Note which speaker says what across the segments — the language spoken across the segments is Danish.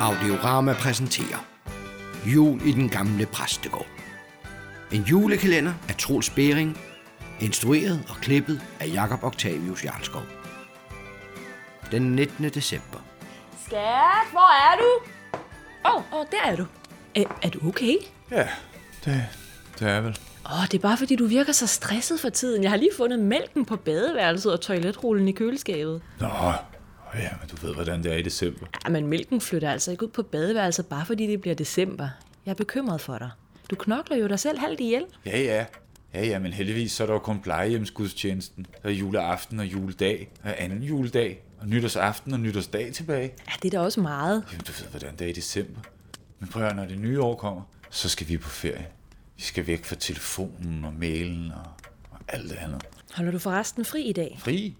Speaker 1: Audiorama præsenterer Jul i den gamle præstegård. En julekalender af Troels Bering, instrueret og klippet af Jakob Octavius Jarlskov. Den 19. december.
Speaker 2: Skat, hvor er du? Åh, oh, oh, der er du. Er, er du okay?
Speaker 3: Ja, det, det er jeg vel.
Speaker 2: Åh, oh, det er bare fordi, du virker så stresset for tiden. Jeg har lige fundet mælken på badeværelset og toiletrullen i køleskabet.
Speaker 3: Nå, åh ja, men du ved, hvordan det er i december.
Speaker 2: Ja, men mælken flytter altså ikke ud på badeværelset, bare fordi det bliver december. Jeg er bekymret for dig. Du knokler jo dig selv halvt ihjel.
Speaker 3: Ja, ja. Ja, ja, men heldigvis så er der jo kun plejehjemsgudstjenesten. Der er juleaften og juledag, og anden juledag, og nytårsaften og nytårsdag tilbage.
Speaker 2: Ja, det er da også meget.
Speaker 3: Jamen, du ved, hvordan det er i december. Men prøv at høre, når det nye år kommer, så skal vi på ferie. Vi skal væk fra telefonen og mailen og, og alt det andet.
Speaker 2: Holder du forresten fri i dag?
Speaker 3: Fri?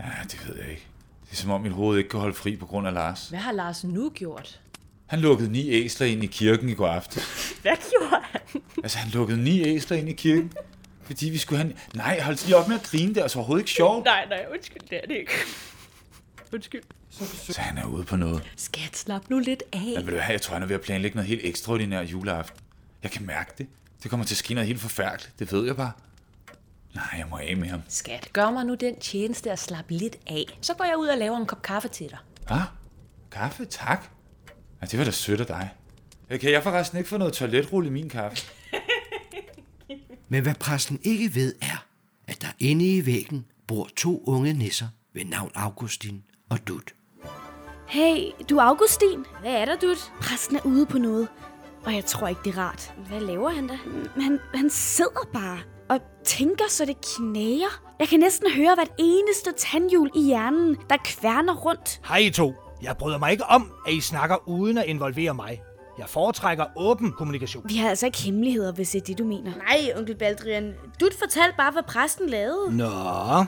Speaker 3: Ja, det ved jeg ikke. Det er som om mit hoved ikke kan holde fri på grund af Lars.
Speaker 2: Hvad har Lars nu gjort?
Speaker 3: Han lukkede ni æsler ind i kirken i går aften.
Speaker 2: Hvad gjorde han?
Speaker 3: Altså, han lukkede ni æsler ind i kirken. Fordi vi skulle have... en- Nej, hold lige op med at grine, det er altså overhovedet ikke sjovt.
Speaker 2: Oh. Nej, nej, undskyld, det er det ikke. Undskyld.
Speaker 3: Så han er ude på noget.
Speaker 2: Skat, slap nu lidt af.
Speaker 3: Jeg, vil du have, jeg tror, han er ved at planlægge noget helt ekstraordinært juleaften. Jeg kan mærke det. Det kommer til at ske noget helt forfærdeligt. Det ved jeg bare. Nej, jeg må af med ham.
Speaker 2: Skat, gør mig nu den tjeneste at slappe lidt af. Så går jeg ud og laver en kop kaffe til dig.
Speaker 3: Hvad? Kaffe? Tak. Ja, det var da sødt af dig. Øh, Kan jeg forresten ikke få noget toiletrulle i min kaffe?
Speaker 1: Men hvad præsten ikke ved er, at der inde i væggen bor to unge nisser ved navn Augustin og Dut.
Speaker 4: Hey, du er Augustin. Hvad er der, dut? Præsten er ude på noget, og jeg tror ikke, det er rart. Hvad laver han da? Han, han sidder bare og tænker, så det knæger. Jeg kan næsten høre hvert eneste tandhjul i hjernen, der kværner rundt.
Speaker 5: Hej I to. Jeg bryder mig ikke om, at I snakker uden at involvere mig. Jeg foretrækker åben kommunikation.
Speaker 4: Vi har altså ikke hemmeligheder, hvis det er det, du mener.
Speaker 6: Nej, onkel Baldrian. Du fortalte bare, hvad præsten lavede.
Speaker 5: Nå,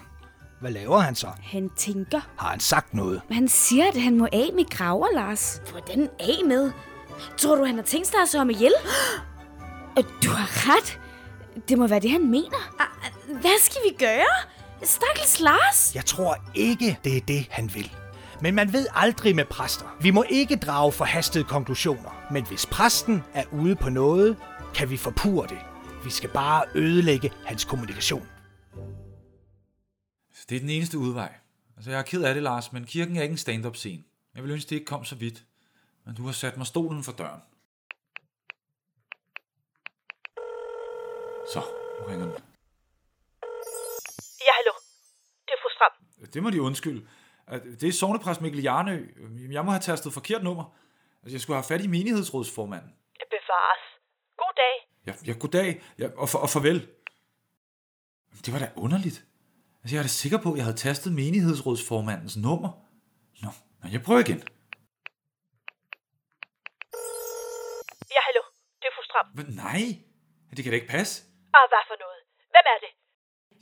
Speaker 5: hvad laver han så?
Speaker 4: Han tænker.
Speaker 5: Har han sagt noget?
Speaker 4: Han siger, at han må af med graver, Lars.
Speaker 6: Hvordan af med? Tror du, han har tænkt sig at slå ham ihjel?
Speaker 4: Og Øh, du har ret. Det må være det, han mener.
Speaker 6: Ah, Hvad skal vi gøre? Stakkels Lars!
Speaker 5: Jeg tror ikke, det er det, han vil. Men man ved aldrig med præster. Vi må ikke drage forhastede konklusioner. Men hvis præsten er ude på noget, kan vi forpure det. Vi skal bare ødelægge hans kommunikation.
Speaker 3: Det er den eneste udvej. Altså, jeg er ked af det, Lars, men kirken er ikke en stand-up scene. Jeg ville ønske, det ikke kom så vidt. Men du har sat mig stolen for døren. Så, nu ringer den.
Speaker 7: Ja, hallo. Det er fru Stram.
Speaker 3: Det må de undskylde. At Det er sovnepræst Mikkel Jarnø. Jeg må have tastet forkert nummer. Altså, Jeg skulle have fat i menighedsrådsformanden.
Speaker 7: Bevares. God dag.
Speaker 3: Ja, ja goddag ja, og, for, og farvel. Det var da underligt. Altså, jeg er da sikker på, at jeg havde tastet menighedsrådsformandens nummer. Nå, nå jeg prøver igen.
Speaker 7: Ja, hallo. Det er fru Stram.
Speaker 3: Men nej, det kan da ikke passe.
Speaker 7: Ah, hvad for noget? Hvem er det?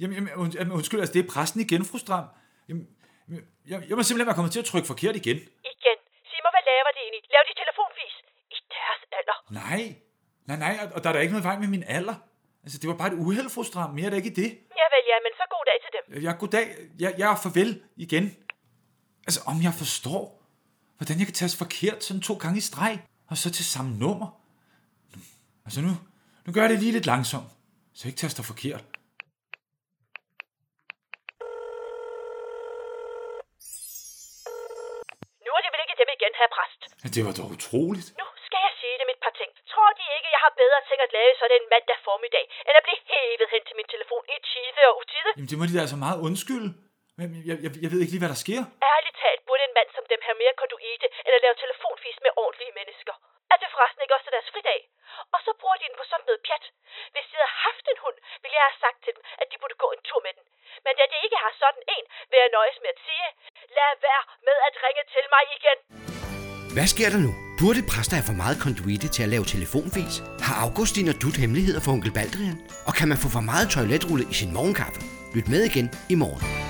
Speaker 3: Jamen, jamen und, jamen, undskyld, altså, det er præsten igen, fru Stram. Jamen, jamen, jeg, jeg må simpelthen være kommet til at trykke forkert igen.
Speaker 7: Igen. Sig mig, hvad laver det egentlig? Lav de telefonfis. I deres alder.
Speaker 3: Nej, nej, nej, og, og der er da ikke noget vej med min alder. Altså, det var bare et uheld, fru Stram. Mere er der ikke i det.
Speaker 7: Ja, vel, ja, men så god dag til dem.
Speaker 3: Jeg, jeg goddag. Jeg, jeg er farvel igen. Altså, om jeg forstår, hvordan jeg kan tages forkert sådan to gange i streg, og så til samme nummer. Nu- Altså, nu, nu gør jeg det lige lidt langsomt, så jeg ikke taster forkert.
Speaker 7: Nu er det vel ikke dem igen, herr præst.
Speaker 3: Ja, det var dog utroligt.
Speaker 7: Nu skal jeg sige dem et par ting. Tror de ikke, jeg har bedre ting at lave sådan en mandag formiddag, end at blive hævet hen til min telefon i tide og utide?
Speaker 3: Jamen, det må de da altså meget undskylde. Men jeg, jeg, jeg ved ikke lige, hvad der sker.
Speaker 7: Ærligt talt burde en mand som dem her mere konduite eller lave telefonfis med ordentlige mennesker. Er det forresten ikke også deres fridag? Og så bruger de den på sådan noget pjat. Hvis de havde haft en hund, ville jeg have sagt til dem, at de burde gå en tur med den. Men da de ikke har sådan en, vil jeg nøjes med at sige, lad være med at ringe til mig igen.
Speaker 1: Hvad sker der nu? Burde præster have for meget konduite til at lave telefonfis? Har Augustin og Dut hemmeligheder for onkel Baldrian? Og kan man få for meget toiletrulle i sin morgenkaffe? Lyt med igen i morgen.